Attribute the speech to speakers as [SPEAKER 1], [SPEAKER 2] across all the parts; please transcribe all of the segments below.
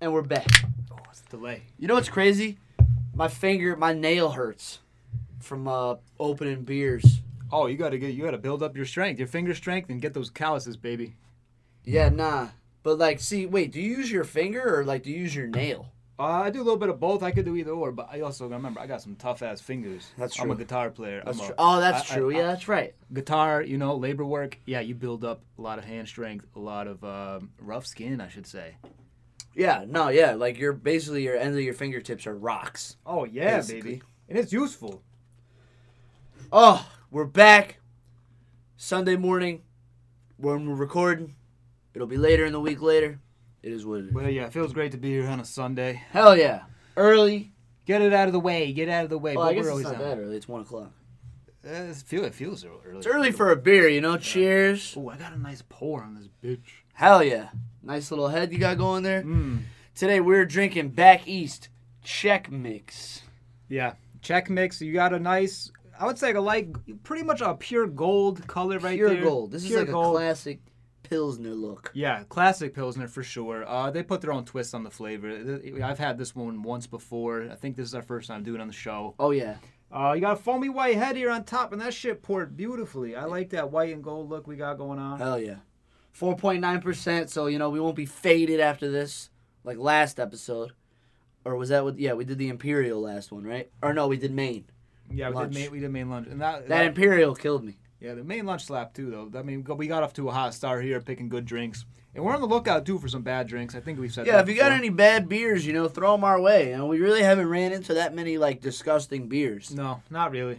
[SPEAKER 1] and we're back.
[SPEAKER 2] Oh, it's a delay.
[SPEAKER 1] You know what's crazy? My finger, my nail hurts from uh, opening beers.
[SPEAKER 2] Oh, you gotta get you gotta build up your strength, your finger strength, and get those calluses, baby.
[SPEAKER 1] Yeah, nah. But like, see, wait, do you use your finger or like do you use your nail?
[SPEAKER 2] Uh, I do a little bit of both. I could do either or, but I also gotta remember I got some tough ass fingers.
[SPEAKER 1] That's
[SPEAKER 2] I'm a
[SPEAKER 1] true.
[SPEAKER 2] guitar player.
[SPEAKER 1] That's
[SPEAKER 2] I'm a-
[SPEAKER 1] true. Oh, that's
[SPEAKER 2] I- I-
[SPEAKER 1] true.
[SPEAKER 2] I-
[SPEAKER 1] yeah, that's right.
[SPEAKER 2] guitar, you know, labor work. Yeah, you build up a lot of hand strength, a lot of um, rough skin, I should say.
[SPEAKER 1] Yeah, no, yeah. Like your basically your end of your fingertips are rocks.
[SPEAKER 2] Oh yeah,
[SPEAKER 1] Basically.
[SPEAKER 2] baby, and it's useful.
[SPEAKER 1] Oh, we're back. Sunday morning, when we're recording, it'll be later in the week. Later, it is what it is.
[SPEAKER 2] Well, uh, yeah, it feels great to be here on a Sunday.
[SPEAKER 1] Hell yeah, early.
[SPEAKER 2] Get it out of the way. Get out of the way.
[SPEAKER 1] Well,
[SPEAKER 2] but
[SPEAKER 1] I guess
[SPEAKER 2] we're
[SPEAKER 1] it's
[SPEAKER 2] always
[SPEAKER 1] not
[SPEAKER 2] on.
[SPEAKER 1] that early. It's one o'clock.
[SPEAKER 2] Uh, it's feel, it feels early.
[SPEAKER 1] It's early for a beer, you know. Cheers.
[SPEAKER 2] Oh, I got a nice pour on this bitch.
[SPEAKER 1] Hell yeah. Nice little head you got going there.
[SPEAKER 2] Mm.
[SPEAKER 1] Today we're drinking Back East Check Mix.
[SPEAKER 2] Yeah, check mix. You got a nice. I would say a like pretty much a pure gold color right
[SPEAKER 1] Pure
[SPEAKER 2] there.
[SPEAKER 1] gold. This
[SPEAKER 2] Pure
[SPEAKER 1] is like
[SPEAKER 2] gold.
[SPEAKER 1] a classic Pilsner look.
[SPEAKER 2] Yeah, classic Pilsner for sure. Uh, they put their own twist on the flavor. Th- I've had this one once before. I think this is our first time doing it on the show.
[SPEAKER 1] Oh yeah.
[SPEAKER 2] Uh, you got a foamy white head here on top, and that shit poured beautifully. I like that white and gold look we got going on.
[SPEAKER 1] Hell yeah. 4.9%, so you know, we won't be faded after this like last episode. Or was that what yeah, we did the Imperial last one, right? Or no, we did Maine.
[SPEAKER 2] Yeah, we
[SPEAKER 1] Lunch.
[SPEAKER 2] did, main, we did main lunch, and that,
[SPEAKER 1] That Imperial killed me.
[SPEAKER 2] yeah, the main lunch slap too though. I mean, go- we got off to a hot start here, picking good drinks, and we're on the lookout too for some bad drinks. I think we've said
[SPEAKER 1] Yeah,
[SPEAKER 2] that
[SPEAKER 1] if you got
[SPEAKER 2] before.
[SPEAKER 1] any bad beers, you know, throw them our way. You know, we really haven't ran into that many like disgusting beers.
[SPEAKER 2] No, not really.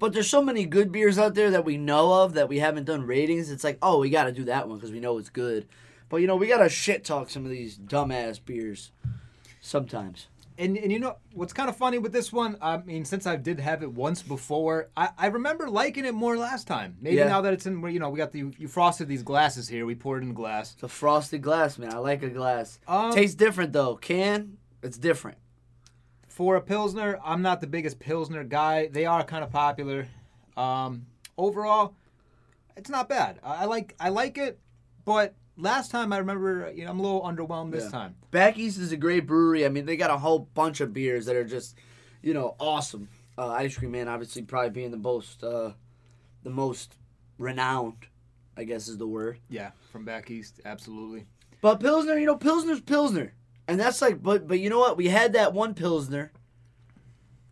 [SPEAKER 1] But there's so many good beers out there that we know of that we haven't done ratings. It's like, oh, we got to do that one because we know it's good. But you know, we got to shit talk some of these dumbass beers sometimes.
[SPEAKER 2] And, and you know what's kind of funny with this one? I mean, since I did have it once before, I, I remember liking it more last time. Maybe
[SPEAKER 1] Yeah.
[SPEAKER 2] now that it's in, where you know, we got the you frosted these glasses here. We poured in the glass.
[SPEAKER 1] It's a frosted glass, man. I like a glass.
[SPEAKER 2] Um,
[SPEAKER 1] Tastes different though. Can it's different.
[SPEAKER 2] For a pilsner, I'm not the biggest pilsner guy. They are kind of popular. Um, overall, it's not bad. I, I like I like it, but last time I remember, you know, I'm a little underwhelmed this
[SPEAKER 1] Yeah.
[SPEAKER 2] time.
[SPEAKER 1] Back East is a great brewery. I mean, they got a whole bunch of beers that are just, you know, awesome. Uh, Ice Cream Man, obviously, probably being the most, uh, the most renowned, I guess is the word.
[SPEAKER 2] Yeah, from back east, absolutely.
[SPEAKER 1] But Pilsner, you know, Pilsner's Pilsner. And that's like but but you know what? We had that one Pilsner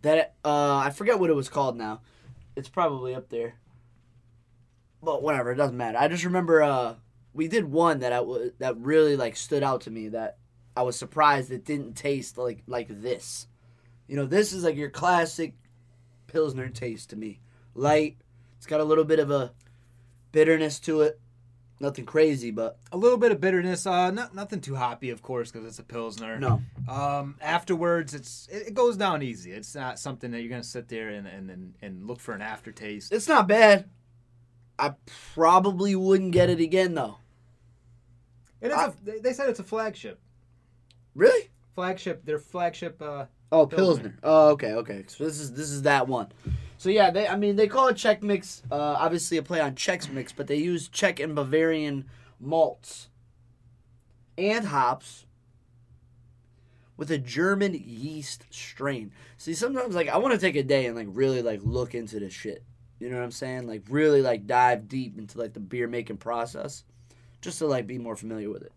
[SPEAKER 1] that uh I forget what it was called now. It's probably up there. But whatever, it doesn't matter. I just remember uh we did one that I w- that really like stood out to me that I was surprised it didn't taste like like this. You know, this is like your classic Pilsner taste to me. Light. It's got a little bit of a bitterness to it. Nothing crazy, but
[SPEAKER 2] A little bit of bitterness. Uh, not nothing too hoppy, of course, because it's a pilsner.
[SPEAKER 1] no.
[SPEAKER 2] Um, afterwards, it's it, it goes down easy. It's not something that you're gonna sit there and and and, and look for an aftertaste.
[SPEAKER 1] It's not bad. I probably wouldn't get it again though.
[SPEAKER 2] It is
[SPEAKER 1] I-
[SPEAKER 2] a, they- they said it's a flagship,
[SPEAKER 1] Really?
[SPEAKER 2] flagship. Their flagship. Uh,
[SPEAKER 1] Oh,
[SPEAKER 2] Pilsner.
[SPEAKER 1] Pilsner. Oh, okay, okay. So this is this is that one. So yeah, they I mean they call it Czech mix. Uh, obviously a play on Czech mix, but they use Czech and Bavarian malts and hops with a German yeast strain. See, sometimes like I want to take a day and like really like look into this shit. You know what I'm saying? Like really like dive deep into like the beer making process, just to like be more familiar with it.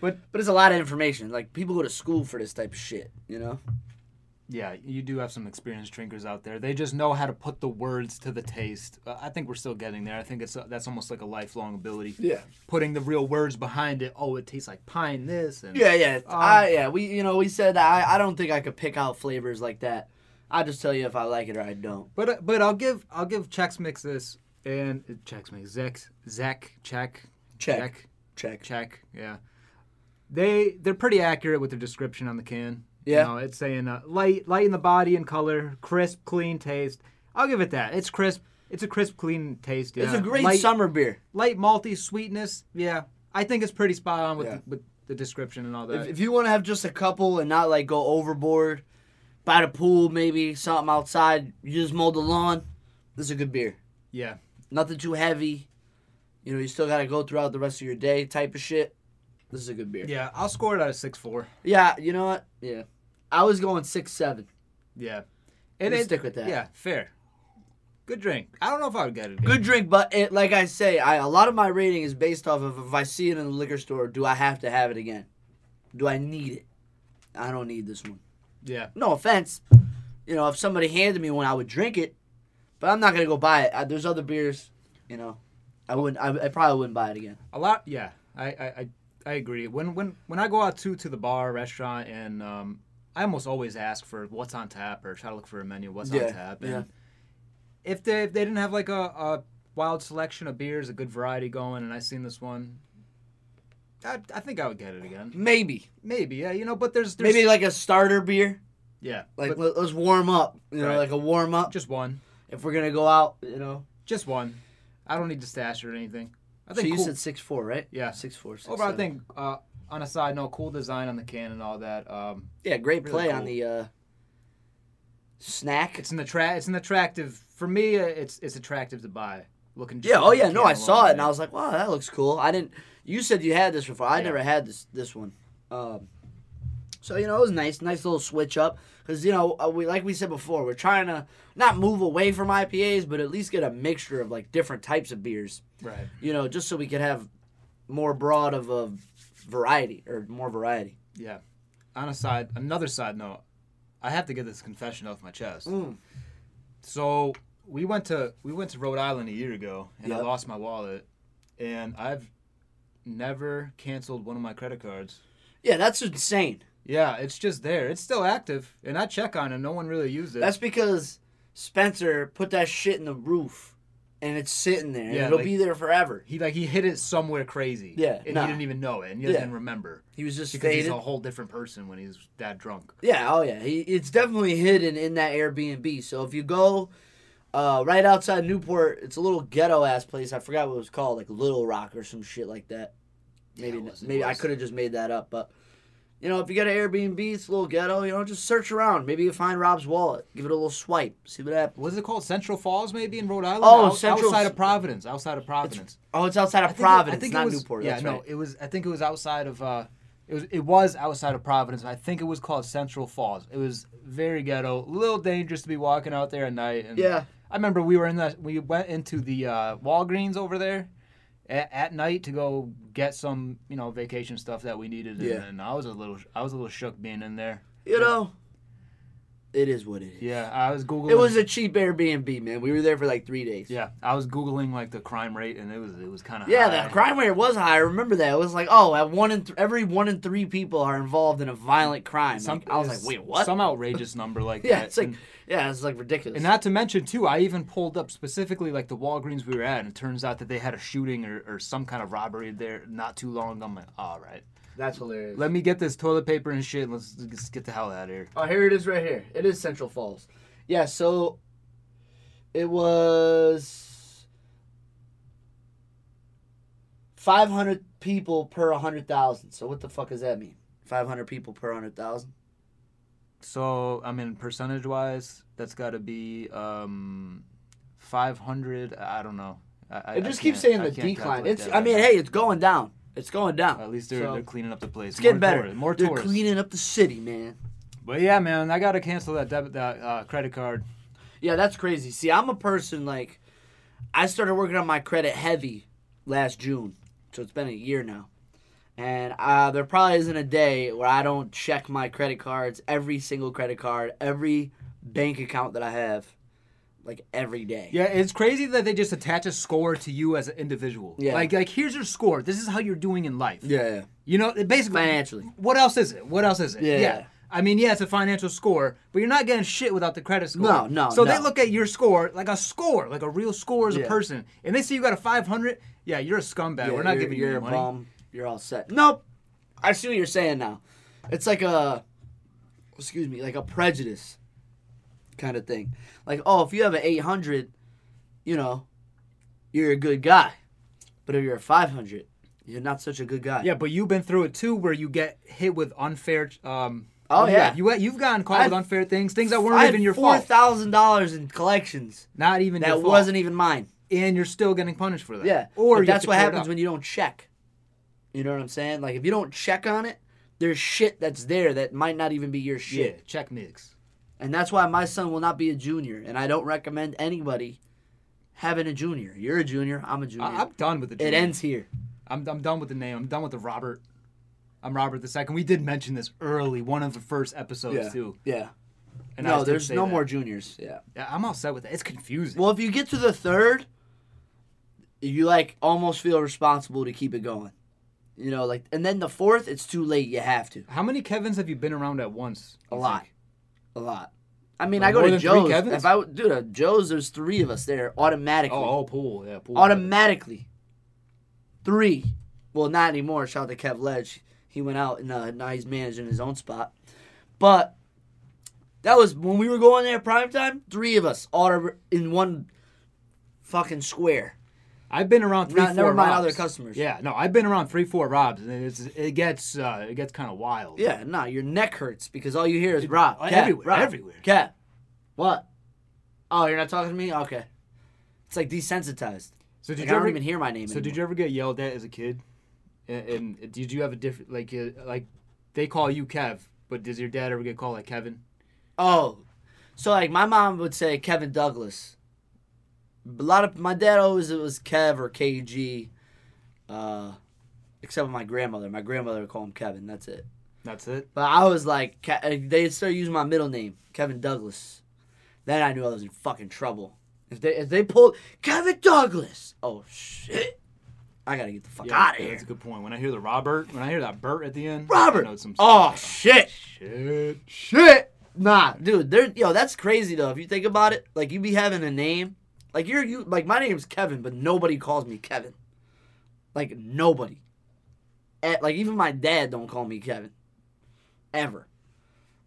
[SPEAKER 2] But-
[SPEAKER 1] but it's a lot of information. Like people go to school for this type of shit. You know?
[SPEAKER 2] yeah, you do have some experienced drinkers out there. They just know how to put the words to the taste. Uh, I think we're still getting there. I think it's uh that's almost like a lifelong ability.
[SPEAKER 1] Yeah.
[SPEAKER 2] Putting the real words behind it. Oh, it tastes like pine. This and
[SPEAKER 1] Yeah, yeah. I yeah, we you know, we said that I, I don't think I could pick out flavors like that. I just tell you if I like it or I don't.
[SPEAKER 2] But uh, but I'll give I'll give Chex Mix this and uh, Chex Mix Zach Zach Check
[SPEAKER 1] Check. Check.
[SPEAKER 2] Check Check yeah. They they're pretty accurate with their description on the can.
[SPEAKER 1] Yeah.
[SPEAKER 2] you know, it's saying uh, light light in the body and color, crisp, clean taste. I'll give it that. It's crisp. It's a crisp, clean taste. Yeah.
[SPEAKER 1] It's a great
[SPEAKER 2] light,
[SPEAKER 1] summer beer.
[SPEAKER 2] light malty sweetness. Yeah, I think it's pretty spot on with
[SPEAKER 1] Yeah.
[SPEAKER 2] the, with the description and all that.
[SPEAKER 1] If, if you want to have just a couple and not like go overboard, by the pool maybe something outside, you just mow the lawn. This is a good beer.
[SPEAKER 2] yeah,
[SPEAKER 1] Nothing too heavy. You know, you still got to go throughout the rest of your day type of shit. This is a good beer. Yeah,
[SPEAKER 2] Yeah, I'll score it out of six four.
[SPEAKER 1] you know what? Yeah. I was going six seven.
[SPEAKER 2] Yeah,
[SPEAKER 1] And
[SPEAKER 2] and it,
[SPEAKER 1] stick with that.
[SPEAKER 2] yeah, fair. Good drink. I don't know if I would get it. again.
[SPEAKER 1] Good drink, but it, like I say, I, a lot of my rating is based off of if I see it in the liquor store, do I have to have it again? Do I need it? I don't need this one.
[SPEAKER 2] Yeah,
[SPEAKER 1] No offense. You know, if somebody handed me one, I would drink it, but I'm not gonna go buy it. I, there's other beers. You know, I wouldn't. I, I probably wouldn't buy it again.
[SPEAKER 2] a lot. Yeah, I I, I, I agree. When when when I go out to to the bar, restaurant, and um, I almost always ask for what's on tap or try to look for a menu. What's
[SPEAKER 1] Yeah,
[SPEAKER 2] on tap? And
[SPEAKER 1] yeah.
[SPEAKER 2] If they if they didn't have like a, a wild selection of beers, a good variety going, and I seen this one. I, I think I would get it again.
[SPEAKER 1] Maybe,
[SPEAKER 2] Maybe, yeah, you know, but there's, there's
[SPEAKER 1] maybe like a starter beer.
[SPEAKER 2] yeah,
[SPEAKER 1] Like let,
[SPEAKER 2] but
[SPEAKER 1] us warm up. You know,
[SPEAKER 2] Right.
[SPEAKER 1] like a warm up.
[SPEAKER 2] just one,
[SPEAKER 1] If we're gonna go out, you know.
[SPEAKER 2] just one. I don't need to stash it or anything. I
[SPEAKER 1] So
[SPEAKER 2] think
[SPEAKER 1] you
[SPEAKER 2] cool-
[SPEAKER 1] said six four, right?
[SPEAKER 2] Yeah.
[SPEAKER 1] six four. Six,
[SPEAKER 2] overall. I
[SPEAKER 1] seven.
[SPEAKER 2] think uh, on a side note, cool design on the can and all that. Um,
[SPEAKER 1] Yeah, great
[SPEAKER 2] Really
[SPEAKER 1] play on
[SPEAKER 2] cool.
[SPEAKER 1] the uh, snack.
[SPEAKER 2] it's an attract. It's an attractive for me. uh, It's it's attractive to buy. Looking. just
[SPEAKER 1] yeah.
[SPEAKER 2] looking
[SPEAKER 1] Oh
[SPEAKER 2] at the
[SPEAKER 1] yeah. No,
[SPEAKER 2] can
[SPEAKER 1] I saw
[SPEAKER 2] alone,
[SPEAKER 1] it and I
[SPEAKER 2] man.
[SPEAKER 1] was like, wow, that looks cool. I didn't. You said you had this before. I
[SPEAKER 2] Yeah.
[SPEAKER 1] never had this this one. Um, so you know it was nice, nice little switch up because you know uh, we like we said before we're trying to not move away from IPAs, but at least get a mixture of like different types of beers.
[SPEAKER 2] right.
[SPEAKER 1] You know, just so we could have more broad of a variety or more variety.
[SPEAKER 2] Yeah. On a side, another side note, I have to get this confession off my chest.
[SPEAKER 1] Mm.
[SPEAKER 2] So we went to we went to Rhode Island a year ago, and I
[SPEAKER 1] Yep.
[SPEAKER 2] lost my wallet, and I've never canceled one of my credit cards.
[SPEAKER 1] Yeah, that's insane.
[SPEAKER 2] Yeah, it's just there. It's still active, and I check on it. No one really used it.
[SPEAKER 1] That's because Spencer put that shit in the roof, and it's sitting there. and
[SPEAKER 2] Yeah,
[SPEAKER 1] it'll
[SPEAKER 2] like-
[SPEAKER 1] be there forever.
[SPEAKER 2] he like he hit it somewhere crazy.
[SPEAKER 1] Yeah,
[SPEAKER 2] and
[SPEAKER 1] nah.
[SPEAKER 2] he didn't even know it, and he
[SPEAKER 1] Yeah.
[SPEAKER 2] doesn't even remember
[SPEAKER 1] He was just
[SPEAKER 2] because he's
[SPEAKER 1] faded.
[SPEAKER 2] a whole different person when he's that drunk.
[SPEAKER 1] Yeah, oh yeah. He, it's definitely hidden in that Airbnb. So if you go uh, right outside Newport, it's a little ghetto ass place. I forgot what it was called, like Little Rock or some shit like that.
[SPEAKER 2] Yeah,
[SPEAKER 1] Maybe
[SPEAKER 2] it was- it
[SPEAKER 1] maybe I
[SPEAKER 2] was.
[SPEAKER 1] could have just made that up, but you know, if you got an Airbnb, it's a little ghetto. You know, just search around. Maybe you find Rob's wallet. Give it a little swipe. See what happens.
[SPEAKER 2] What is it called? Central Falls, maybe in Rhode Island.
[SPEAKER 1] Oh,
[SPEAKER 2] Out-
[SPEAKER 1] Central-
[SPEAKER 2] outside of Providence. Outside of Providence.
[SPEAKER 1] Oh, it's outside of
[SPEAKER 2] I think it- I
[SPEAKER 1] Providence,
[SPEAKER 2] think it
[SPEAKER 1] not
[SPEAKER 2] was-
[SPEAKER 1] Newport.
[SPEAKER 2] Yeah,
[SPEAKER 1] that's
[SPEAKER 2] no,
[SPEAKER 1] right.
[SPEAKER 2] it was. I think it was outside of. Uh, it was. It was outside of Providence. and I think it was called Central Falls. It was very ghetto, a little dangerous to be walking out there at night. And
[SPEAKER 1] Yeah.
[SPEAKER 2] I remember we were in the. We went into the uh, Walgreens over there. At, at night to go get some you know vacation stuff that we needed and,
[SPEAKER 1] Yeah.
[SPEAKER 2] and I was a little I was a little shook being in there
[SPEAKER 1] You know, it is what it is.
[SPEAKER 2] yeah I was googling
[SPEAKER 1] It was a cheap Airbnb, man. We were there for like three days.
[SPEAKER 2] yeah I was googling like the crime rate and it was it was kind of
[SPEAKER 1] Yeah, the crime rate was high. I remember that. It was like, oh, at one in th- every one in three people are involved in a violent crime.
[SPEAKER 2] Some,
[SPEAKER 1] Like, I was like, wait, what?
[SPEAKER 2] Some outrageous number like
[SPEAKER 1] yeah,
[SPEAKER 2] that.
[SPEAKER 1] it's like,
[SPEAKER 2] and,
[SPEAKER 1] yeah, it's like ridiculous.
[SPEAKER 2] and not to mention too, I even pulled up specifically like the Walgreens we were at, and it turns out that they had a shooting or, or some kind of robbery there not too long ago. I'm like, all right,
[SPEAKER 1] That's hilarious.
[SPEAKER 2] let me get this toilet paper and shit, and let's, let's get the hell out of here.
[SPEAKER 1] oh, here it is, right here. It is Central Falls. Yeah, so it was five hundred people per hundred thousand. So what the fuck does that mean? Five hundred people per hundred thousand.
[SPEAKER 2] So I mean, percentage wise, that's got to be um, 500. I don't know. I, I-
[SPEAKER 1] I
[SPEAKER 2] I
[SPEAKER 1] just keep
[SPEAKER 2] can't-
[SPEAKER 1] saying
[SPEAKER 2] I
[SPEAKER 1] the
[SPEAKER 2] can't
[SPEAKER 1] decline.
[SPEAKER 2] calculate
[SPEAKER 1] It's.
[SPEAKER 2] that
[SPEAKER 1] I
[SPEAKER 2] right
[SPEAKER 1] mean,
[SPEAKER 2] now.
[SPEAKER 1] hey, it's going down. It's going down.
[SPEAKER 2] At least they're,
[SPEAKER 1] So-
[SPEAKER 2] they're cleaning up the place.
[SPEAKER 1] It's getting
[SPEAKER 2] more
[SPEAKER 1] better.
[SPEAKER 2] Tourists, more
[SPEAKER 1] They're
[SPEAKER 2] tourists.
[SPEAKER 1] cleaning up the city, man.
[SPEAKER 2] But yeah, man, I gotta cancel that debit, that uh, credit card.
[SPEAKER 1] Yeah, that's crazy. See, I'm a person like I started working on my credit heavy last June, so it's been a year now. And uh, there probably isn't a day where I don't check my credit cards, every single credit card, every bank account that I have, like every day.
[SPEAKER 2] Yeah, it's crazy that they just attach a score to you as an individual.
[SPEAKER 1] Yeah.
[SPEAKER 2] Like, like here's your score. This is how you're doing in life.
[SPEAKER 1] yeah, yeah.
[SPEAKER 2] You know, it basically.
[SPEAKER 1] Financially.
[SPEAKER 2] What else is it? What else is it?
[SPEAKER 1] Yeah.
[SPEAKER 2] I mean, yeah, it's a financial score, but you're not getting shit without the credit score.
[SPEAKER 1] No, no,
[SPEAKER 2] So they
[SPEAKER 1] no.
[SPEAKER 2] look at your score like a score, like a real score as
[SPEAKER 1] Yeah.
[SPEAKER 2] a person, and they say you got a 500. Yeah, you're a scumbag.
[SPEAKER 1] Yeah,
[SPEAKER 2] We're not
[SPEAKER 1] you're-
[SPEAKER 2] giving you
[SPEAKER 1] you're
[SPEAKER 2] your
[SPEAKER 1] a
[SPEAKER 2] money.
[SPEAKER 1] bum. You're all set. Nope. I see what you're saying now. It's like a, excuse me, like a prejudice kind of thing. Like, oh, if you have an 800, you know, you're a good guy. But if you're a 500, you're not such a good guy.
[SPEAKER 2] Yeah, but you've been through it too, where you get hit with unfair. Um,
[SPEAKER 1] Oh,
[SPEAKER 2] what do you
[SPEAKER 1] yeah.
[SPEAKER 2] have? you you've gotten caught
[SPEAKER 1] I-
[SPEAKER 2] with unfair things, things that
[SPEAKER 1] I
[SPEAKER 2] weren't
[SPEAKER 1] had
[SPEAKER 2] even your
[SPEAKER 1] four
[SPEAKER 2] fault,
[SPEAKER 1] thousand dollars in collections
[SPEAKER 2] not even
[SPEAKER 1] that
[SPEAKER 2] your fault,
[SPEAKER 1] wasn't e-, even mine.
[SPEAKER 2] and you're still getting punished for that.
[SPEAKER 1] Yeah, But
[SPEAKER 2] or you have
[SPEAKER 1] that's
[SPEAKER 2] to
[SPEAKER 1] what
[SPEAKER 2] clear it
[SPEAKER 1] happens
[SPEAKER 2] up.
[SPEAKER 1] when you don't check. You know what I'm saying? Like if you don't check on it, there's shit that's there that might not even be your shit.
[SPEAKER 2] Yeah, check mix.
[SPEAKER 1] And that's why my son will not be a junior. And I don't recommend anybody having a junior. You're a junior. I'm a junior.
[SPEAKER 2] I, I'm done with the.
[SPEAKER 1] it
[SPEAKER 2] Junior.
[SPEAKER 1] ends here.
[SPEAKER 2] I'm I'm done with the name. I'm done with the Robert. I'm Robert the second. We did mention this early, one of the first episodes
[SPEAKER 1] Yeah.
[SPEAKER 2] too.
[SPEAKER 1] Yeah.
[SPEAKER 2] And I
[SPEAKER 1] no,
[SPEAKER 2] just didn't
[SPEAKER 1] there's
[SPEAKER 2] say
[SPEAKER 1] no
[SPEAKER 2] that.
[SPEAKER 1] more juniors. Yeah.
[SPEAKER 2] Yeah, I'm all set with that. It's confusing.
[SPEAKER 1] Well, if you get to the third, you like almost feel responsible to keep it going. You know, like, and then the fourth, it's too late. You have to
[SPEAKER 2] How many Kevins have you been around at once?
[SPEAKER 1] a
[SPEAKER 2] you
[SPEAKER 1] lot,
[SPEAKER 2] think?
[SPEAKER 1] a lot. I mean,
[SPEAKER 2] Like
[SPEAKER 1] I go
[SPEAKER 2] more
[SPEAKER 1] to
[SPEAKER 2] than three
[SPEAKER 1] Joe's.
[SPEAKER 2] Kevins?
[SPEAKER 1] If I would- dude, uh, Joe's, there's three of us there automatically.
[SPEAKER 2] Oh, oh, pool. Yeah, pool.
[SPEAKER 1] automatically. Three. Well, not anymore. Shout out to Kev Ledge. He went out and uh, now he's managing his own spot. But that was when we were going there prime time. Three of us all in one fucking square.
[SPEAKER 2] I've been around three,
[SPEAKER 1] Not,
[SPEAKER 2] four.
[SPEAKER 1] never mind
[SPEAKER 2] Robs.
[SPEAKER 1] other customers.
[SPEAKER 2] Yeah, no, I've been around three, four Robs, and it's it gets uh, it gets kind of wild.
[SPEAKER 1] Yeah. Nah, your neck hurts because all you hear is Rob.
[SPEAKER 2] uh,
[SPEAKER 1] Kev,
[SPEAKER 2] everywhere,
[SPEAKER 1] Rob,
[SPEAKER 2] everywhere."
[SPEAKER 1] Kev. What? Oh, you're not talking to me. Okay. It's like desensitized.
[SPEAKER 2] So
[SPEAKER 1] Like,
[SPEAKER 2] did
[SPEAKER 1] I
[SPEAKER 2] you
[SPEAKER 1] don't
[SPEAKER 2] ever
[SPEAKER 1] even hear my name.
[SPEAKER 2] So did you ever get yelled at as a kid? And, and did you have a different like uh, like they call you Kev, but does your dad ever get called like Kevin?
[SPEAKER 1] Oh, so like my mom would say Kevin Douglas. A lot of my dad always it was Kev or KG, uh, except with my grandmother. My grandmother would call him Kevin. That's it.
[SPEAKER 2] That's it.
[SPEAKER 1] But I was like, Ke- uh, they started using my middle name, Kevin Douglas. Then I knew I was in fucking trouble. If they if they pulled Kevin Douglas, oh shit, I gotta get the fuck out of here.
[SPEAKER 2] That's a good point. When I hear the Robert, when I hear that Bert at the end,
[SPEAKER 1] Robert.
[SPEAKER 2] I know some
[SPEAKER 1] Oh shit.
[SPEAKER 2] shit.
[SPEAKER 1] Shit. Nah, dude, there yo, that's crazy though. If you think about it, like you be having a name. Like you're you like my name's Kevin, but nobody calls me Kevin. Like nobody. At, like even my dad don't call me Kevin. Ever.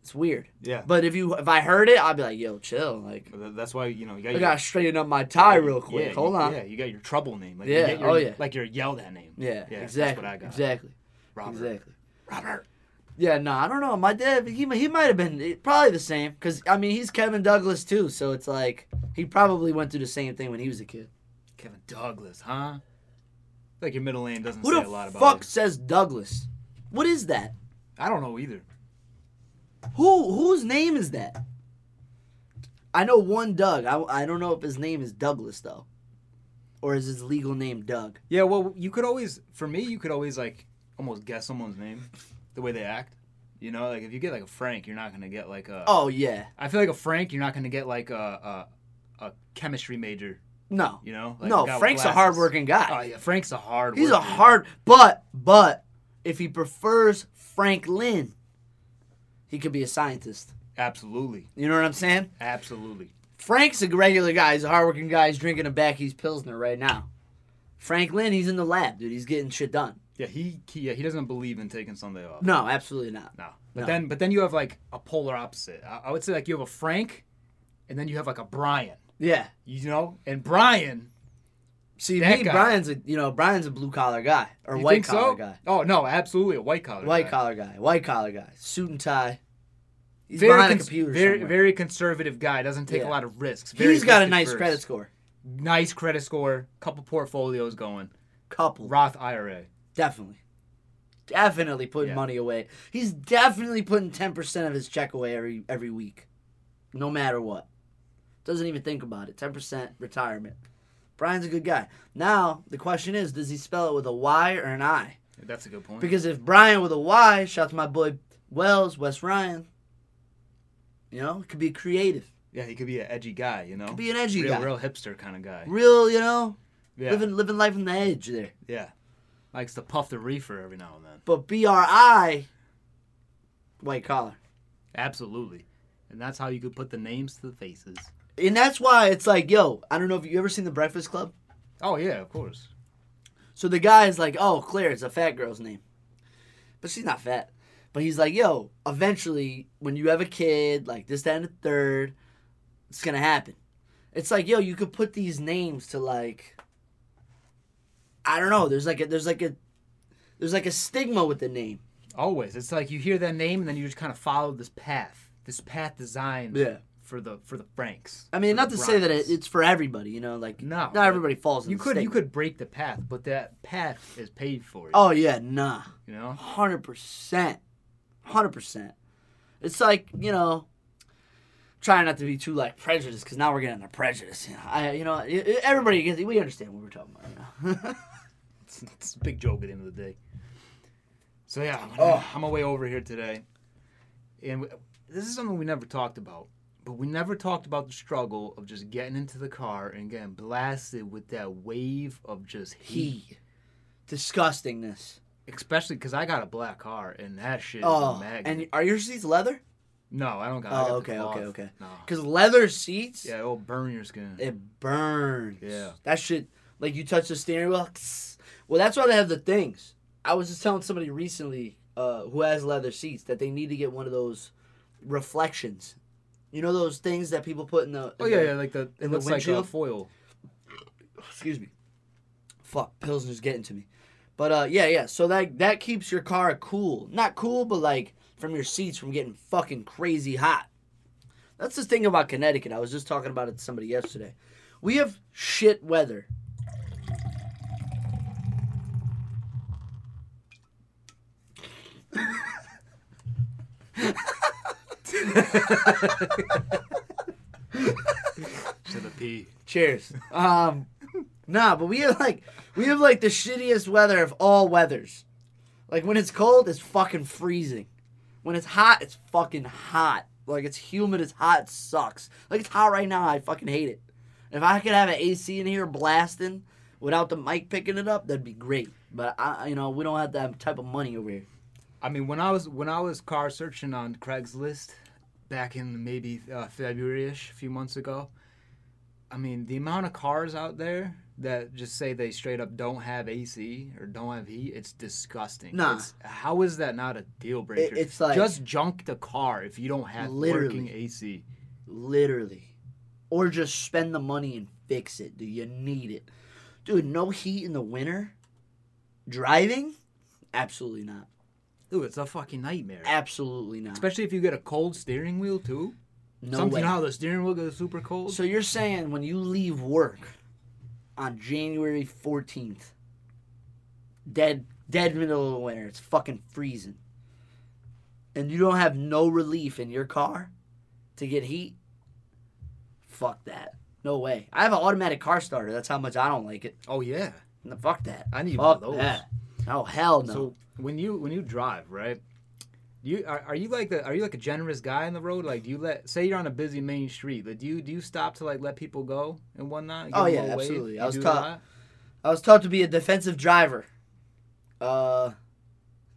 [SPEAKER 1] It's weird.
[SPEAKER 2] Yeah,
[SPEAKER 1] But if you if I heard it, I'd be like, yo, chill. Like
[SPEAKER 2] But tha- that's why you know you got.
[SPEAKER 1] I
[SPEAKER 2] your,
[SPEAKER 1] gotta straighten up my tie real
[SPEAKER 2] Yeah,
[SPEAKER 1] quick.
[SPEAKER 2] you-
[SPEAKER 1] Hold on.
[SPEAKER 2] Yeah,
[SPEAKER 1] Yeah,
[SPEAKER 2] you got your trouble name. Like,
[SPEAKER 1] Yeah,
[SPEAKER 2] You get your,
[SPEAKER 1] oh, yeah.
[SPEAKER 2] Like your yelled at name. that's
[SPEAKER 1] exactly.
[SPEAKER 2] what I got.
[SPEAKER 1] Exactly.
[SPEAKER 2] Robert.
[SPEAKER 1] Exactly.
[SPEAKER 2] Robert.
[SPEAKER 1] Yeah, no, I don't know. My dad, he, he might have been it- probably the same because I mean he's Kevin Douglas too, so it's like he probably went through the same thing when he was a kid.
[SPEAKER 2] Kevin Douglas, huh? Like your middle name doesn't
[SPEAKER 1] Who
[SPEAKER 2] say
[SPEAKER 1] the
[SPEAKER 2] a lot about
[SPEAKER 1] fuck
[SPEAKER 2] you.
[SPEAKER 1] says Douglas? What is that?
[SPEAKER 2] I don't know either.
[SPEAKER 1] Who whose name is that? I know one Doug. I, I don't know if his name is Douglas though, or is his legal name Doug?
[SPEAKER 2] Yeah, well, you could always, for me, you could always like almost guess someone's name, the way they act. You know, like if you get like a Frank, you're not gonna get like a. I
[SPEAKER 1] Oh yeah,
[SPEAKER 2] feel like a Frank, you're not gonna get like a a, a chemistry major.
[SPEAKER 1] no,
[SPEAKER 2] You know, like
[SPEAKER 1] no.
[SPEAKER 2] guy with
[SPEAKER 1] Frank's a
[SPEAKER 2] glasses.
[SPEAKER 1] hardworking guy.
[SPEAKER 2] Oh yeah, Frank's a hard.
[SPEAKER 1] He's a
[SPEAKER 2] worker.
[SPEAKER 1] hard, but but if he prefers Franklin, he could be a scientist.
[SPEAKER 2] Absolutely,
[SPEAKER 1] You know what I'm saying?
[SPEAKER 2] absolutely.
[SPEAKER 1] Frank's a regular guy. He's a hardworking guy. He's drinking a Becky's Pilsner right now. Franklin, he's in the lab, dude. He's getting shit done.
[SPEAKER 2] Yeah, he, he yeah, he doesn't believe in taking Sunday off.
[SPEAKER 1] No, absolutely not.
[SPEAKER 2] No. But
[SPEAKER 1] No.
[SPEAKER 2] then but then you have like a polar opposite. I, I would say like you have a Frank, and then you have like a Brian.
[SPEAKER 1] Yeah.
[SPEAKER 2] You know, and Brian.
[SPEAKER 1] See,
[SPEAKER 2] That
[SPEAKER 1] me,
[SPEAKER 2] guy.
[SPEAKER 1] Brian's a you know Brian's a blue collar guy or
[SPEAKER 2] you
[SPEAKER 1] white
[SPEAKER 2] think
[SPEAKER 1] collar
[SPEAKER 2] so?
[SPEAKER 1] guy,
[SPEAKER 2] Oh no, absolutely a white collar.
[SPEAKER 1] white
[SPEAKER 2] guy.
[SPEAKER 1] collar guy, white collar guy, suit and tie. He's
[SPEAKER 2] very
[SPEAKER 1] behind a
[SPEAKER 2] cons-
[SPEAKER 1] computer.
[SPEAKER 2] very,
[SPEAKER 1] somewhere.
[SPEAKER 2] very conservative guy. Doesn't take
[SPEAKER 1] Yeah.
[SPEAKER 2] a lot of risks. Very
[SPEAKER 1] he's got a
[SPEAKER 2] risk
[SPEAKER 1] nice
[SPEAKER 2] adverse.
[SPEAKER 1] credit score.
[SPEAKER 2] Nice credit score. Couple portfolios going.
[SPEAKER 1] Couple,
[SPEAKER 2] Roth IRA.
[SPEAKER 1] definitely, definitely putting
[SPEAKER 2] Yeah.
[SPEAKER 1] money away. He's definitely putting ten percent of his check away every every week, no matter what. Doesn't even think about it. Ten percent retirement. Brian's a good guy. Now the question is, does he spell it with a Y or an I?
[SPEAKER 2] That's a good point.
[SPEAKER 1] Because if Brian with a Y, shout to my boy Wells, Wes Ryan, you know, it could be creative,
[SPEAKER 2] yeah, he could be an edgy guy. You know,
[SPEAKER 1] could be an edgy
[SPEAKER 2] real,
[SPEAKER 1] guy, real,
[SPEAKER 2] real hipster kind of guy.
[SPEAKER 1] you know,
[SPEAKER 2] yeah,
[SPEAKER 1] living living life on the edge there.
[SPEAKER 2] yeah. Likes to puff the reefer every now and then.
[SPEAKER 1] But B R I, white collar,
[SPEAKER 2] Absolutely, and that's how you could put the names to the faces.
[SPEAKER 1] and that's why it's like, yo, I don't know if you ever seen The Breakfast Club.
[SPEAKER 2] Oh yeah, of course.
[SPEAKER 1] So the guy is like, oh, Claire, it's a fat girl's name. But she's not fat. But he's like, yo, eventually, when you have a kid, like this, that, and the third, it's going to happen. It's like, yo, you could put these names to like, I don't know. There's like a, there's like a, there's like a stigma with the name.
[SPEAKER 2] Always. It's like you hear that name and then you just kind of follow this path, this path designed
[SPEAKER 1] Yeah.
[SPEAKER 2] for the for the Franks.
[SPEAKER 1] I mean,
[SPEAKER 2] for
[SPEAKER 1] not
[SPEAKER 2] the
[SPEAKER 1] to say that
[SPEAKER 2] Bryants.
[SPEAKER 1] it, it's for everybody, you know, like
[SPEAKER 2] No, but
[SPEAKER 1] not everybody falls. In
[SPEAKER 2] you
[SPEAKER 1] the
[SPEAKER 2] could
[SPEAKER 1] state.
[SPEAKER 2] you could break the path, but that path is paid for. You,
[SPEAKER 1] Oh yeah, nah,
[SPEAKER 2] you know.
[SPEAKER 1] hundred percent, hundred percent. It's like you know, trying not to be too like prejudiced because now we're getting into prejudice. You know, I you know i- i- everybody gets we understand what we're talking about. You know?
[SPEAKER 2] It's, it's a big joke at the end of the day. So yeah, I'm,
[SPEAKER 1] Oh.
[SPEAKER 2] I'm away over here today, and we, this is something we never talked about. But we never talked about the struggle of just getting into the car and getting blasted with that wave of just heat,
[SPEAKER 1] he, disgustingness.
[SPEAKER 2] especially because I got a black car and that shit is
[SPEAKER 1] Oh,
[SPEAKER 2] a magnet.
[SPEAKER 1] and are your seats leather?
[SPEAKER 2] no, I don't got. I
[SPEAKER 1] Oh,
[SPEAKER 2] got
[SPEAKER 1] okay,
[SPEAKER 2] the cloth.
[SPEAKER 1] okay, okay.
[SPEAKER 2] No.
[SPEAKER 1] Because leather seats,
[SPEAKER 2] Yeah, it'll burn your skin.
[SPEAKER 1] it burns.
[SPEAKER 2] Yeah.
[SPEAKER 1] that shit. Like you touch the steering wheel. Well, that's why they have the things. I was just telling somebody recently uh, who has leather seats that they need to get one of those reflections. You know those things that people put in the. in
[SPEAKER 2] Oh yeah,
[SPEAKER 1] the-
[SPEAKER 2] yeah, like the it
[SPEAKER 1] the
[SPEAKER 2] looks like a
[SPEAKER 1] windshield?
[SPEAKER 2] foil.
[SPEAKER 1] excuse me. Fuck, Pilsner's getting to me. But uh yeah, yeah. So that that keeps your car cool. Not cool, but like from your seats from getting fucking crazy hot. That's the thing about Connecticut. I was just talking about it to somebody yesterday. We have shit weather.
[SPEAKER 2] To the pee.
[SPEAKER 1] Cheers. Um, nah, but we have like we have like the shittiest weather of all weathers. Like when it's cold, it's fucking freezing. When it's hot, it's fucking hot. Like it's humid, it's hot, it sucks. Like it's hot right now, I fucking hate it. If I could have an AC in here blasting without the mic picking it up, that'd be great. But I, you know, we don't have that type of money over here.
[SPEAKER 2] I mean, when I was when I was car searching on Craigslist back in maybe uh, February-ish, a few months ago, I mean, the amount of cars out there that just say they straight up don't have AC or don't have heat, it's disgusting.
[SPEAKER 1] Nah.
[SPEAKER 2] It's, how is that not a deal breaker?
[SPEAKER 1] it's like-
[SPEAKER 2] just junk the car if you don't have
[SPEAKER 1] Literally.
[SPEAKER 2] working AC.
[SPEAKER 1] Literally. Or just spend the money and fix it. Do you need it? Dude, no heat in the winter? Driving? Absolutely not.
[SPEAKER 2] Dude, it's a fucking nightmare.
[SPEAKER 1] Absolutely not.
[SPEAKER 2] Especially if you get a cold steering wheel too.
[SPEAKER 1] No
[SPEAKER 2] Something
[SPEAKER 1] way.
[SPEAKER 2] how the steering wheel goes super cold.
[SPEAKER 1] So you're saying when you leave work on January 14th, dead dead middle of the winter, it's fucking freezing. And you don't have no relief in your car to get heat? Fuck that. No way. I have an automatic car starter. That's how much I don't like it.
[SPEAKER 2] oh yeah.
[SPEAKER 1] No, fuck that.
[SPEAKER 2] I need one
[SPEAKER 1] fuck
[SPEAKER 2] of those.
[SPEAKER 1] that. Oh hell no.
[SPEAKER 2] So when you when you drive, right? You are, are you like the are you like a generous guy on the road? Like do you let say you're on a busy main street, like do you do you stop to like let people go and whatnot?
[SPEAKER 1] Oh,
[SPEAKER 2] Give 'em
[SPEAKER 1] yeah,
[SPEAKER 2] a wave?
[SPEAKER 1] absolutely. I
[SPEAKER 2] You
[SPEAKER 1] was
[SPEAKER 2] do
[SPEAKER 1] taught-
[SPEAKER 2] that?
[SPEAKER 1] I was taught to be a defensive driver. Uh,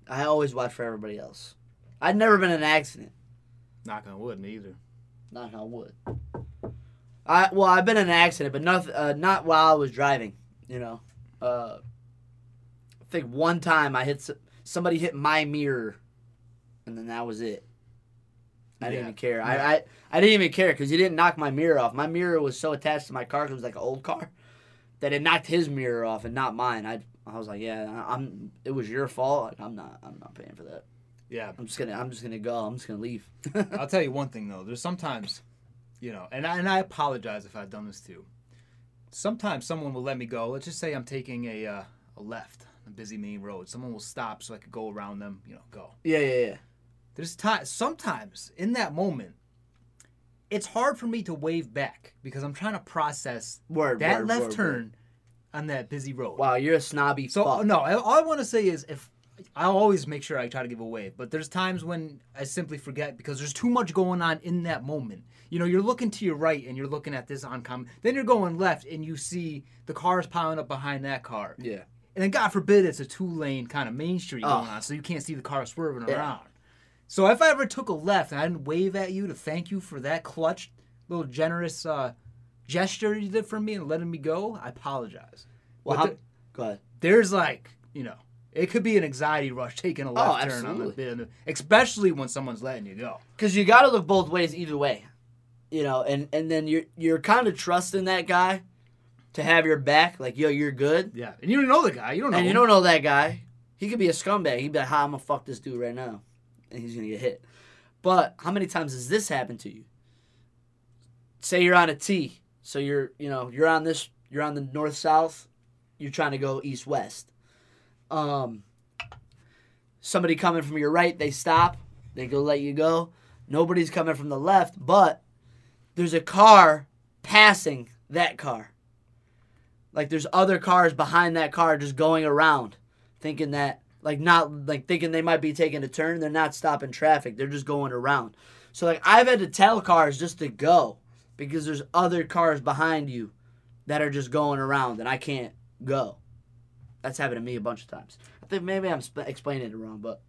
[SPEAKER 1] I always watch for everybody else. I'd never been in an accident.
[SPEAKER 2] Knock on wood, me either.
[SPEAKER 1] Not how I would. I well, I've been in an accident, but not uh, not while I was driving. You know, uh, I think one time I hit s- somebody hit my mirror, and then that was it. I didn't
[SPEAKER 2] Yeah.
[SPEAKER 1] even care.
[SPEAKER 2] Yeah.
[SPEAKER 1] I, I I didn't even care because he didn't knock my mirror off. My mirror was so attached to my car 'cause it was like an old car that it knocked his mirror off and not mine. I I was like, yeah, I- I'm. It was your fault. I'm not. I'm not paying for that.
[SPEAKER 2] Yeah.
[SPEAKER 1] I'm just gonna. I'm just gonna go. I'm just gonna leave.
[SPEAKER 2] I'll tell you one thing though. There's sometimes, you know, and I, and I apologize if I've done this too. Sometimes someone will let me go. Let's just say I'm taking a uh, a left, a busy main road. Someone will stop so I could go around them. You know, go.
[SPEAKER 1] yeah, yeah, yeah.
[SPEAKER 2] There's time sometimes in that moment, it's hard for me to wave back because I'm trying to process
[SPEAKER 1] Word.
[SPEAKER 2] that
[SPEAKER 1] word,
[SPEAKER 2] left
[SPEAKER 1] word, word.
[SPEAKER 2] turn on that busy road.
[SPEAKER 1] Wow, you're a snobby
[SPEAKER 2] So
[SPEAKER 1] fuck.
[SPEAKER 2] no, I, all I want to say is if I always make sure I try to give a wave, but there's times when I simply forget because there's too much going on in that moment. You know, you're looking to your right and you're looking at this oncoming. Then you're going left and you see the cars piling up behind that car.
[SPEAKER 1] Yeah.
[SPEAKER 2] And then God forbid it's a two lane kind of main street
[SPEAKER 1] Oh.
[SPEAKER 2] going on, so you can't see the car swerving
[SPEAKER 1] Yeah.
[SPEAKER 2] around. So if I ever took a left and I didn't wave at you to thank you for that clutch, little generous uh, gesture you did for me and letting me go, I apologize.
[SPEAKER 1] Well,
[SPEAKER 2] But
[SPEAKER 1] how,
[SPEAKER 2] the-
[SPEAKER 1] go ahead.
[SPEAKER 2] there's like you know it could be an anxiety rush taking a left turn on the
[SPEAKER 1] Oh, absolutely.
[SPEAKER 2] bit, especially when someone's letting you go.
[SPEAKER 1] Because you got to look both ways either way, you know. And and then you're you're kind of trusting that guy to have your back. Like yo, you're good,
[SPEAKER 2] Yeah, and you don't know the guy. You don't know.
[SPEAKER 1] and you
[SPEAKER 2] him.
[SPEAKER 1] don't know that guy. He could be a scumbag. He'd be like, "How I'm gonna fuck this dude right now," and he's gonna get hit. But how many times has this happened to you? say you're on a T, so you're you know you're on this you're on the north south, you're trying to go east west. Um, somebody coming from your right, they stop, they go let you go. Nobody's coming from the left, but there's a car passing that car. Like there's other cars behind that car just going around, thinking that like not like thinking they might be taking a turn. They're not stopping traffic. They're just going around. So like I've had to tell cars just to go because there's other cars behind you that are just going around and I can't go. That's happened to me a bunch of times. I think maybe I'm sp- explaining it wrong, but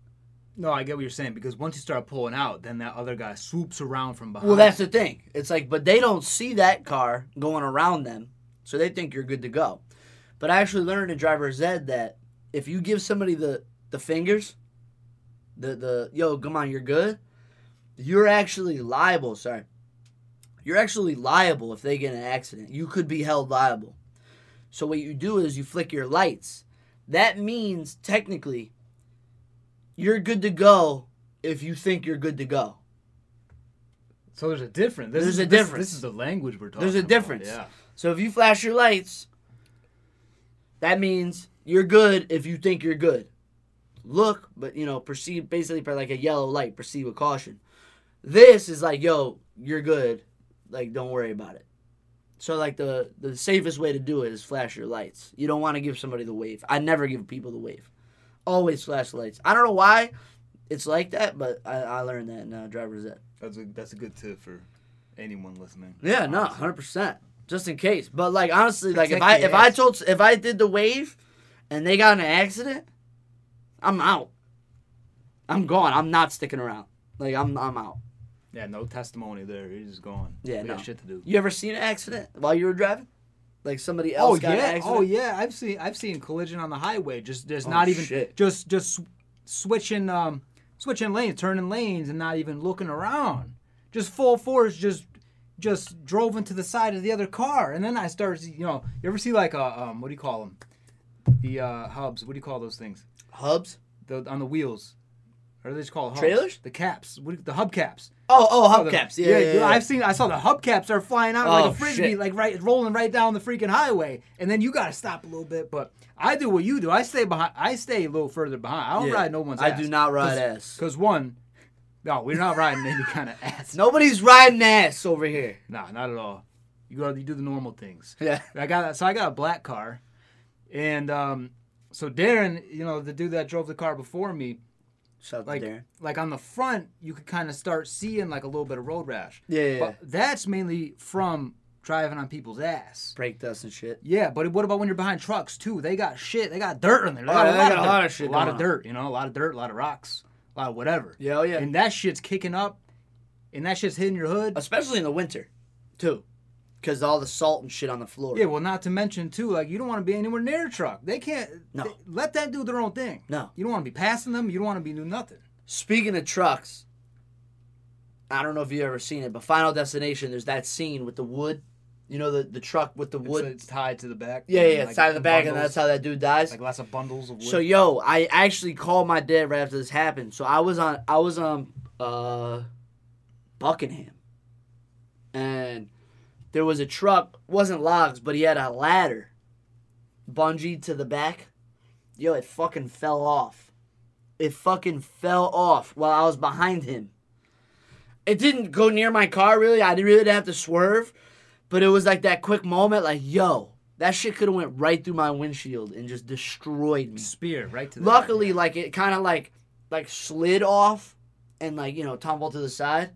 [SPEAKER 2] No, I get what you're saying because once you start pulling out, then that other guy swoops around from behind.
[SPEAKER 1] well, that's the thing. It's like, but they don't see that car going around them, so they think you're good to go. But I actually learned in driver's ed that if you give somebody the the fingers, the the yo, come on, you're good. You're actually liable. Sorry, you're actually liable if they get in an accident. You could be held liable. So what you do is you flick your lights. That means technically, you're good to go if you think you're good to go.
[SPEAKER 2] so there's a difference. This
[SPEAKER 1] There's
[SPEAKER 2] is,
[SPEAKER 1] a
[SPEAKER 2] this-
[SPEAKER 1] difference.
[SPEAKER 2] This is the language we're talking.
[SPEAKER 1] There's a
[SPEAKER 2] about,
[SPEAKER 1] difference.
[SPEAKER 2] Yeah.
[SPEAKER 1] So if you flash your lights, that means you're good if you think you're good. Look, but you know, proceed basically by like a yellow light, proceed with caution. This is like, yo, you're good. Like, don't worry about it. So like the the safest way to do it is flash your lights. You don't want to give somebody the wave. I never give people the wave. Always flash the lights. I don't know why it's like that, but I, I learned that in uh, driver's ed.
[SPEAKER 2] That's a that's a good tip for anyone listening.
[SPEAKER 1] Yeah, no,
[SPEAKER 2] honestly.
[SPEAKER 1] hundred percent. Just in case, but like honestly, like if
[SPEAKER 2] Protect
[SPEAKER 1] I
[SPEAKER 2] the
[SPEAKER 1] if I
[SPEAKER 2] ass.
[SPEAKER 1] told if I did the wave, and they got in an accident, I'm out. I'm gone. I'm not sticking around. Like I'm I'm out.
[SPEAKER 2] Yeah, no testimony there. He's just gone.
[SPEAKER 1] Yeah,
[SPEAKER 2] we
[SPEAKER 1] no.
[SPEAKER 2] got shit to do.
[SPEAKER 1] You ever seen an accident while you were driving? Like somebody
[SPEAKER 2] Oh
[SPEAKER 1] else got in an
[SPEAKER 2] yeah,
[SPEAKER 1] accident.
[SPEAKER 2] oh yeah. I've seen I've seen collision on the highway. Just there's
[SPEAKER 1] Oh,
[SPEAKER 2] not even
[SPEAKER 1] shit.
[SPEAKER 2] just just sw- switching um switching lanes, turning lanes, and not even looking around. Just full force, just just drove into the side of the other car, and then I started. You know, you ever see like uh um what do you call them? The uh, hubs. What do you call those things?
[SPEAKER 1] Hubs.
[SPEAKER 2] The on the wheels. Or they just call it hubs.
[SPEAKER 1] Trailers?
[SPEAKER 2] The caps. What, do- the hubcaps.
[SPEAKER 1] Oh oh
[SPEAKER 2] Oh, the-
[SPEAKER 1] hubcaps. Yeah yeah. yeah,
[SPEAKER 2] I've seen. I saw the hubcaps are flying out like
[SPEAKER 1] Oh,
[SPEAKER 2] a frisbee,
[SPEAKER 1] shit.
[SPEAKER 2] like right rolling right down the freaking highway. And then you gotta stop a little bit. But I do what you do. I stay behind. I stay a little further behind. I don't
[SPEAKER 1] Yeah.
[SPEAKER 2] ride no one's.
[SPEAKER 1] I
[SPEAKER 2] ass.
[SPEAKER 1] do not ride ass.
[SPEAKER 2] Because one, no, we're not riding any kind of ass.
[SPEAKER 1] Nobody's riding ass over here.
[SPEAKER 2] Nah, not at all. You go. You do the normal things.
[SPEAKER 1] Yeah.
[SPEAKER 2] I got so I got a black car, and um, so Darren, you know, the dude that drove the car before me,
[SPEAKER 1] Shout out
[SPEAKER 2] like
[SPEAKER 1] to Darren.
[SPEAKER 2] like on the front, you could kind of start seeing like a little bit of road rash.
[SPEAKER 1] Yeah, yeah, yeah.
[SPEAKER 2] But that's mainly from driving on people's ass.
[SPEAKER 1] Brake dust and shit.
[SPEAKER 2] Yeah, but what about when you're behind trucks too? They got shit. They got dirt on there. They got,
[SPEAKER 1] yeah, Oh,
[SPEAKER 2] a,
[SPEAKER 1] they
[SPEAKER 2] lot
[SPEAKER 1] got
[SPEAKER 2] of
[SPEAKER 1] a
[SPEAKER 2] dirt.
[SPEAKER 1] lot of shit
[SPEAKER 2] A lot
[SPEAKER 1] going
[SPEAKER 2] of
[SPEAKER 1] on.
[SPEAKER 2] dirt. You know, a lot of dirt, a lot of rocks, a lot of whatever.
[SPEAKER 1] Yeah oh, yeah.
[SPEAKER 2] And that shit's kicking up, and that shit's hitting your hood.
[SPEAKER 1] Especially in the winter, too, because all the salt and shit on the floor.
[SPEAKER 2] Yeah, well, not to mention too, like you don't want to be anywhere near a truck. They can't.
[SPEAKER 1] No.
[SPEAKER 2] they- let that do their own thing.
[SPEAKER 1] No.
[SPEAKER 2] You don't want to be passing them. You don't want to be doing nothing.
[SPEAKER 1] Speaking of trucks, I don't know if you've ever seen it, but Final Destination, there's that scene with the wood. You know, the, the truck with the wood.
[SPEAKER 2] It's, it's tied to the back.
[SPEAKER 1] yeah, yeah,
[SPEAKER 2] Like,
[SPEAKER 1] side of the back, and
[SPEAKER 2] bundles,
[SPEAKER 1] that's how that dude dies.
[SPEAKER 2] like lots of bundles of wood.
[SPEAKER 1] so, yo, I actually called my dad right after this happened. So I was on, I was on, uh, Buckingham, and there was a truck. wasn't logs, but he had a ladder, bungee to the back. Yo, it fucking fell off. It fucking fell off while I was behind him. It didn't go near my car really. I didn't really have to swerve, but it was like that quick moment. Like, yo, that shit could have went right through my windshield and just destroyed me.
[SPEAKER 2] spear right to. the back,
[SPEAKER 1] Luckily,
[SPEAKER 2] yeah.
[SPEAKER 1] like it kind of like like slid off and like you know tumbled to the side.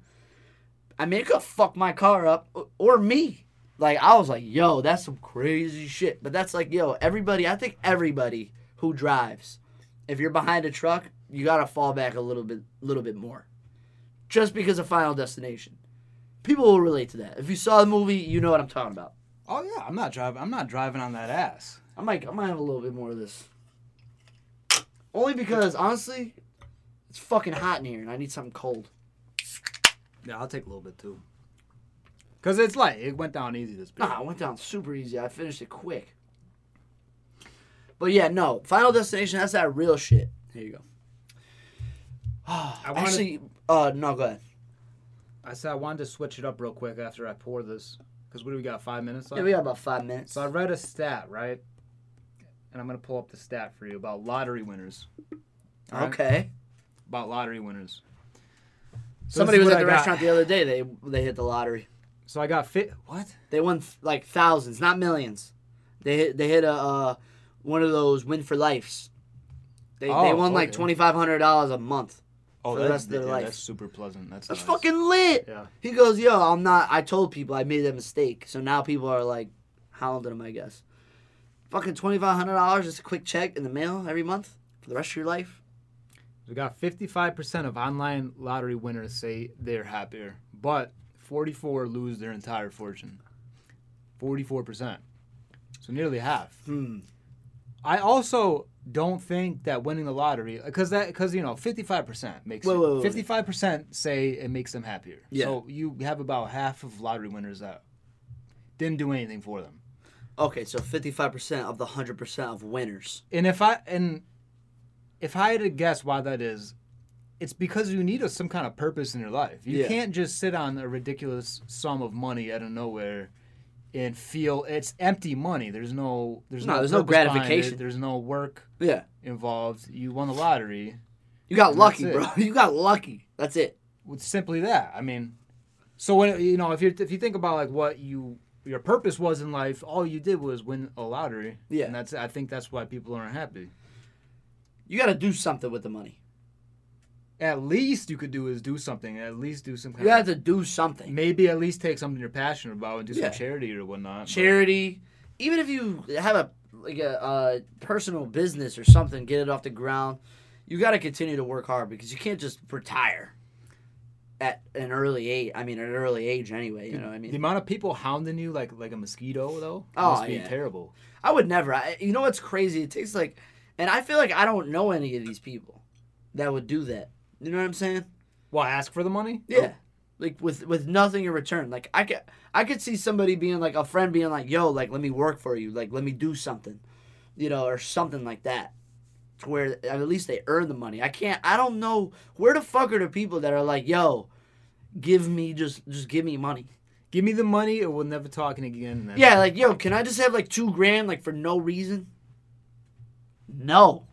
[SPEAKER 1] I mean, it could fuck my car up o- or me. Like I was like, yo, that's some crazy shit. But that's like, yo, everybody. I think everybody who drives, if you're behind a truck, you gotta fall back a little bit, little bit more, just because of Final Destination. People will relate to that. If you saw the movie, you know what I'm talking about.
[SPEAKER 2] Oh yeah, I'm not driving. I'm not driving on that ass.
[SPEAKER 1] I might I might have a little bit more of this. Only because honestly, it's fucking hot in here and I need something cold.
[SPEAKER 2] Yeah, I'll take a little bit too. Cause it's light. It went down easy this.
[SPEAKER 1] Nah, I went down super easy. I finished it quick. But yeah, no. Final destination, that's that real shit. Here you go.
[SPEAKER 2] I wanted-
[SPEAKER 1] Actually, uh no, go ahead.
[SPEAKER 2] I said I wanted to switch it up real quick after I pour this because what do we got? Five minutes left.
[SPEAKER 1] Yeah, we got about five minutes.
[SPEAKER 2] So I read a stat, right? And I'm gonna pull up the stat for you about lottery winners. All right?
[SPEAKER 1] okay.
[SPEAKER 2] About lottery winners. So
[SPEAKER 1] Somebody
[SPEAKER 2] this is
[SPEAKER 1] was
[SPEAKER 2] what
[SPEAKER 1] at the
[SPEAKER 2] I got.
[SPEAKER 1] restaurant the other day. They they hit the lottery.
[SPEAKER 2] So I got fit. What?
[SPEAKER 1] They won like thousands, not millions. They hit they hit a uh, one of those win for lifes. They, they
[SPEAKER 2] Oh,
[SPEAKER 1] won like
[SPEAKER 2] okay.
[SPEAKER 1] twenty five hundred dollars a month.
[SPEAKER 2] Oh,
[SPEAKER 1] For the rest of their
[SPEAKER 2] yeah,
[SPEAKER 1] life.
[SPEAKER 2] That's super pleasant. That's
[SPEAKER 1] That's
[SPEAKER 2] nice.
[SPEAKER 1] fucking lit.
[SPEAKER 2] Yeah.
[SPEAKER 1] He goes, yo, I'm not. I told people I made a mistake, so now people are like hounding him. I guess. Fucking twenty five hundred dollars, just a quick check in the mail every month for the rest of your life.
[SPEAKER 2] We got 55% of online lottery winners say they're happier, but 44 lose their entire fortune. 44%. So nearly half.
[SPEAKER 1] Hmm.
[SPEAKER 2] I also don't think that winning the lottery because that because you know 55% makes
[SPEAKER 1] Wait,
[SPEAKER 2] it-
[SPEAKER 1] wait, wait, wait.
[SPEAKER 2] 55% say it makes them happier.
[SPEAKER 1] Yeah.
[SPEAKER 2] So you have about half of lottery winners that didn't do anything for them.
[SPEAKER 1] Okay, so fifty five percent of the hundred percent of winners.
[SPEAKER 2] And if I and if I had to guess why that is, it's because you need a, some kind of purpose in your life. You
[SPEAKER 1] Yeah.
[SPEAKER 2] can't just sit on a ridiculous sum of money out of nowhere and feel it's empty money. There's no there's
[SPEAKER 1] No,
[SPEAKER 2] no,
[SPEAKER 1] there's no
[SPEAKER 2] purpose behind it.
[SPEAKER 1] gratification.
[SPEAKER 2] There's no work
[SPEAKER 1] Yeah.
[SPEAKER 2] involved. You won the lottery
[SPEAKER 1] You got
[SPEAKER 2] And
[SPEAKER 1] lucky,
[SPEAKER 2] that's
[SPEAKER 1] bro.
[SPEAKER 2] it.
[SPEAKER 1] You got lucky. That's it.
[SPEAKER 2] with simply that. I mean, so when you know if you if you think about like what you your purpose was in life, all you did was win a lottery.
[SPEAKER 1] Yeah.
[SPEAKER 2] And that's I think that's why people aren't happy.
[SPEAKER 1] You got to do something with the money.
[SPEAKER 2] at least you could do is do something. At least do some kind
[SPEAKER 1] You
[SPEAKER 2] of
[SPEAKER 1] have to do something.
[SPEAKER 2] maybe at least take something you're passionate about and do
[SPEAKER 1] Yeah.
[SPEAKER 2] some charity or whatnot. but-
[SPEAKER 1] Charity, even if you have a like a uh, personal business or something, get it off the ground. You got to continue to work hard because you can't just retire at an early age. I mean, at an early age anyway. You know, what I
[SPEAKER 2] The
[SPEAKER 1] mean,
[SPEAKER 2] amount of people hounding you like like a mosquito though
[SPEAKER 1] Oh,
[SPEAKER 2] must be
[SPEAKER 1] yeah.
[SPEAKER 2] terrible.
[SPEAKER 1] I would never. I, you know what's crazy? It takes like, and I feel like I don't know any of these people that would do that. You know what I'm saying?
[SPEAKER 2] Well, ask for the money. Oh,
[SPEAKER 1] Yeah. Oh. Like with with nothing in return. Like I could I could see somebody being like a friend being like, "Yo, like let me work for you. Like let me do something." You know, or something like that. To where at least they earn the money. I can't I don't know where the fuck are the people that are like, "Yo, give me just just give me money."
[SPEAKER 2] Give me the money, or we're never talking again. and that's-
[SPEAKER 1] Yeah, like, "Yo, can I just have like 2 grand like for no reason?" No.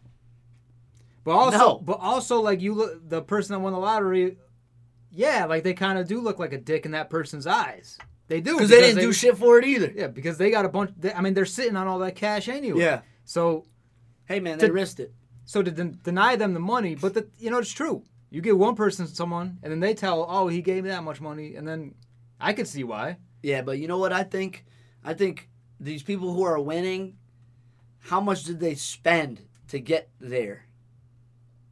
[SPEAKER 2] but also,
[SPEAKER 1] no.
[SPEAKER 2] but also, like you look the person that won the lottery. Yeah, like they kind of do look like a dick in that person's eyes. They do
[SPEAKER 1] Cuz they didn't do shit for it either.
[SPEAKER 2] Yeah, because they got a bunch. They, I mean, they're sitting on all that cash anyway. So
[SPEAKER 1] Hey man, they
[SPEAKER 2] To-
[SPEAKER 1] risked it.
[SPEAKER 2] So to den- deny them the money, but the, you know it's true. You give one person someone, and then they tell, "Oh, he gave me that much money," and then I could see why.
[SPEAKER 1] Yeah, but you know what I think? I think these people who are winning, how much did they spend to get there?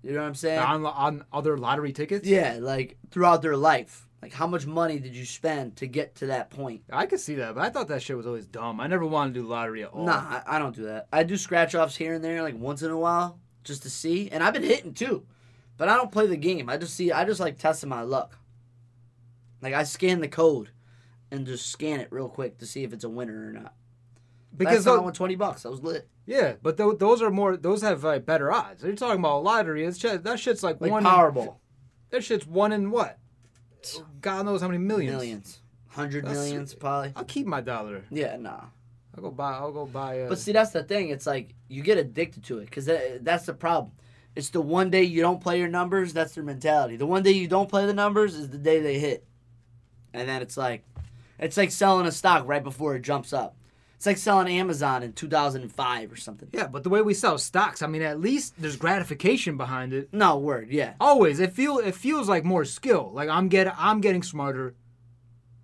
[SPEAKER 1] You know what I'm saying?
[SPEAKER 2] On, on other lottery tickets,
[SPEAKER 1] yeah, like throughout their life. Like how much money did you spend to get to that point?
[SPEAKER 2] I could see that, but I thought that shit was always dumb. I never wanted to do lottery at all.
[SPEAKER 1] Nah, I, I don't do that. I do scratch offs here and there, like once in a while, just to see. And I've been hitting too. But I don't play the game. I just see I just like testing my luck. Like I scan the code and just scan it real quick to see if it's a winner or not.
[SPEAKER 2] because
[SPEAKER 1] Last time I
[SPEAKER 2] tho-
[SPEAKER 1] won twenty bucks. I was lit.
[SPEAKER 2] yeah, but tho- those are more those have like, better odds. You're talking about lottery. It's just, that shit's like,
[SPEAKER 1] Like
[SPEAKER 2] one.
[SPEAKER 1] Powerball.
[SPEAKER 2] In, that shit's one in what? God knows how many millions.
[SPEAKER 1] Millions. Hundred
[SPEAKER 2] That's-
[SPEAKER 1] millions, probably.
[SPEAKER 2] I'll keep my dollar.
[SPEAKER 1] Yeah, nah.
[SPEAKER 2] I'll go buy. I'll go buy. A,
[SPEAKER 1] But see, that's the thing. It's like you get addicted to it because that, that's the problem. It's the one day you don't play your numbers. That's their mentality. The one day you don't play the numbers is the day they hit, and then it's like, it's like selling a stock right before it jumps up. It's like selling Amazon in 2005 or something.
[SPEAKER 2] yeah, but the way we sell stocks, I mean, at least there's gratification behind it.
[SPEAKER 1] No word. Yeah.
[SPEAKER 2] always it feel it feels like more skill like i'm getting i'm getting smarter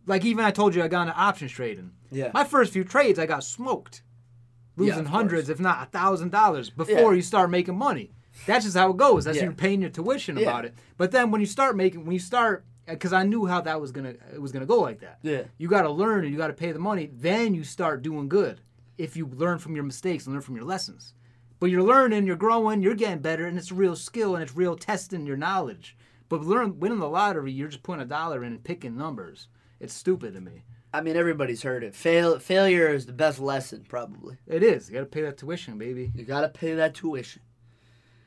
[SPEAKER 2] like even i told you i got into options trading
[SPEAKER 1] Yeah.
[SPEAKER 2] my first few trades i got smoked
[SPEAKER 1] Yeah,
[SPEAKER 2] losing
[SPEAKER 1] of
[SPEAKER 2] hundreds if not a thousand dollars
[SPEAKER 1] Yeah.
[SPEAKER 2] before you start making money that's just how it goes that's
[SPEAKER 1] Yeah.
[SPEAKER 2] you're paying your tuition
[SPEAKER 1] Yeah.
[SPEAKER 2] about it but then when you start making when you start because i knew how that was gonna it was gonna go like that
[SPEAKER 1] Yeah.
[SPEAKER 2] you gotta learn and you gotta pay the money then you start doing good if you learn from your mistakes and learn from your lessons but you're learning, you're growing, you're getting better, and it's real skill and it's real testing your knowledge. But learn winning the lottery, you're just putting a dollar in and picking numbers. It's stupid to me.
[SPEAKER 1] I mean, everybody's heard it. Fail, failure is the best lesson, probably.
[SPEAKER 2] It is. You gotta pay that tuition, baby.
[SPEAKER 1] You gotta pay that tuition.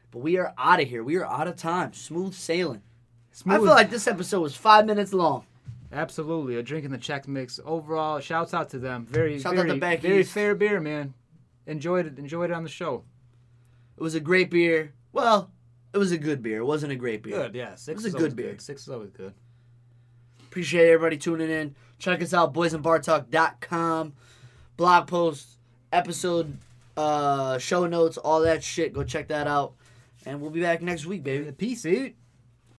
[SPEAKER 1] But we are out of here. We are out of time. Smooth sailing. I
[SPEAKER 2] Smooth.
[SPEAKER 1] feel like this episode was five minutes long.
[SPEAKER 2] Absolutely, a drink in the Czech mix. Overall, shouts out to them. Very,
[SPEAKER 1] Shout out
[SPEAKER 2] very,
[SPEAKER 1] to Back
[SPEAKER 2] very
[SPEAKER 1] East.
[SPEAKER 2] fair beer, man. Enjoyed it. Enjoyed it on the show.
[SPEAKER 1] It was a great beer. Well, it was a good beer. It wasn't a great beer.
[SPEAKER 2] Good, yeah. Six
[SPEAKER 1] was a
[SPEAKER 2] is
[SPEAKER 1] good
[SPEAKER 2] always
[SPEAKER 1] beer.
[SPEAKER 2] Six is always good.
[SPEAKER 1] Appreciate everybody tuning in. Check us out, boysandbartalk.com. Blog posts, episode, uh, show notes, all that shit. Go check that out. And we'll be back next week, baby.
[SPEAKER 2] Peace, dude.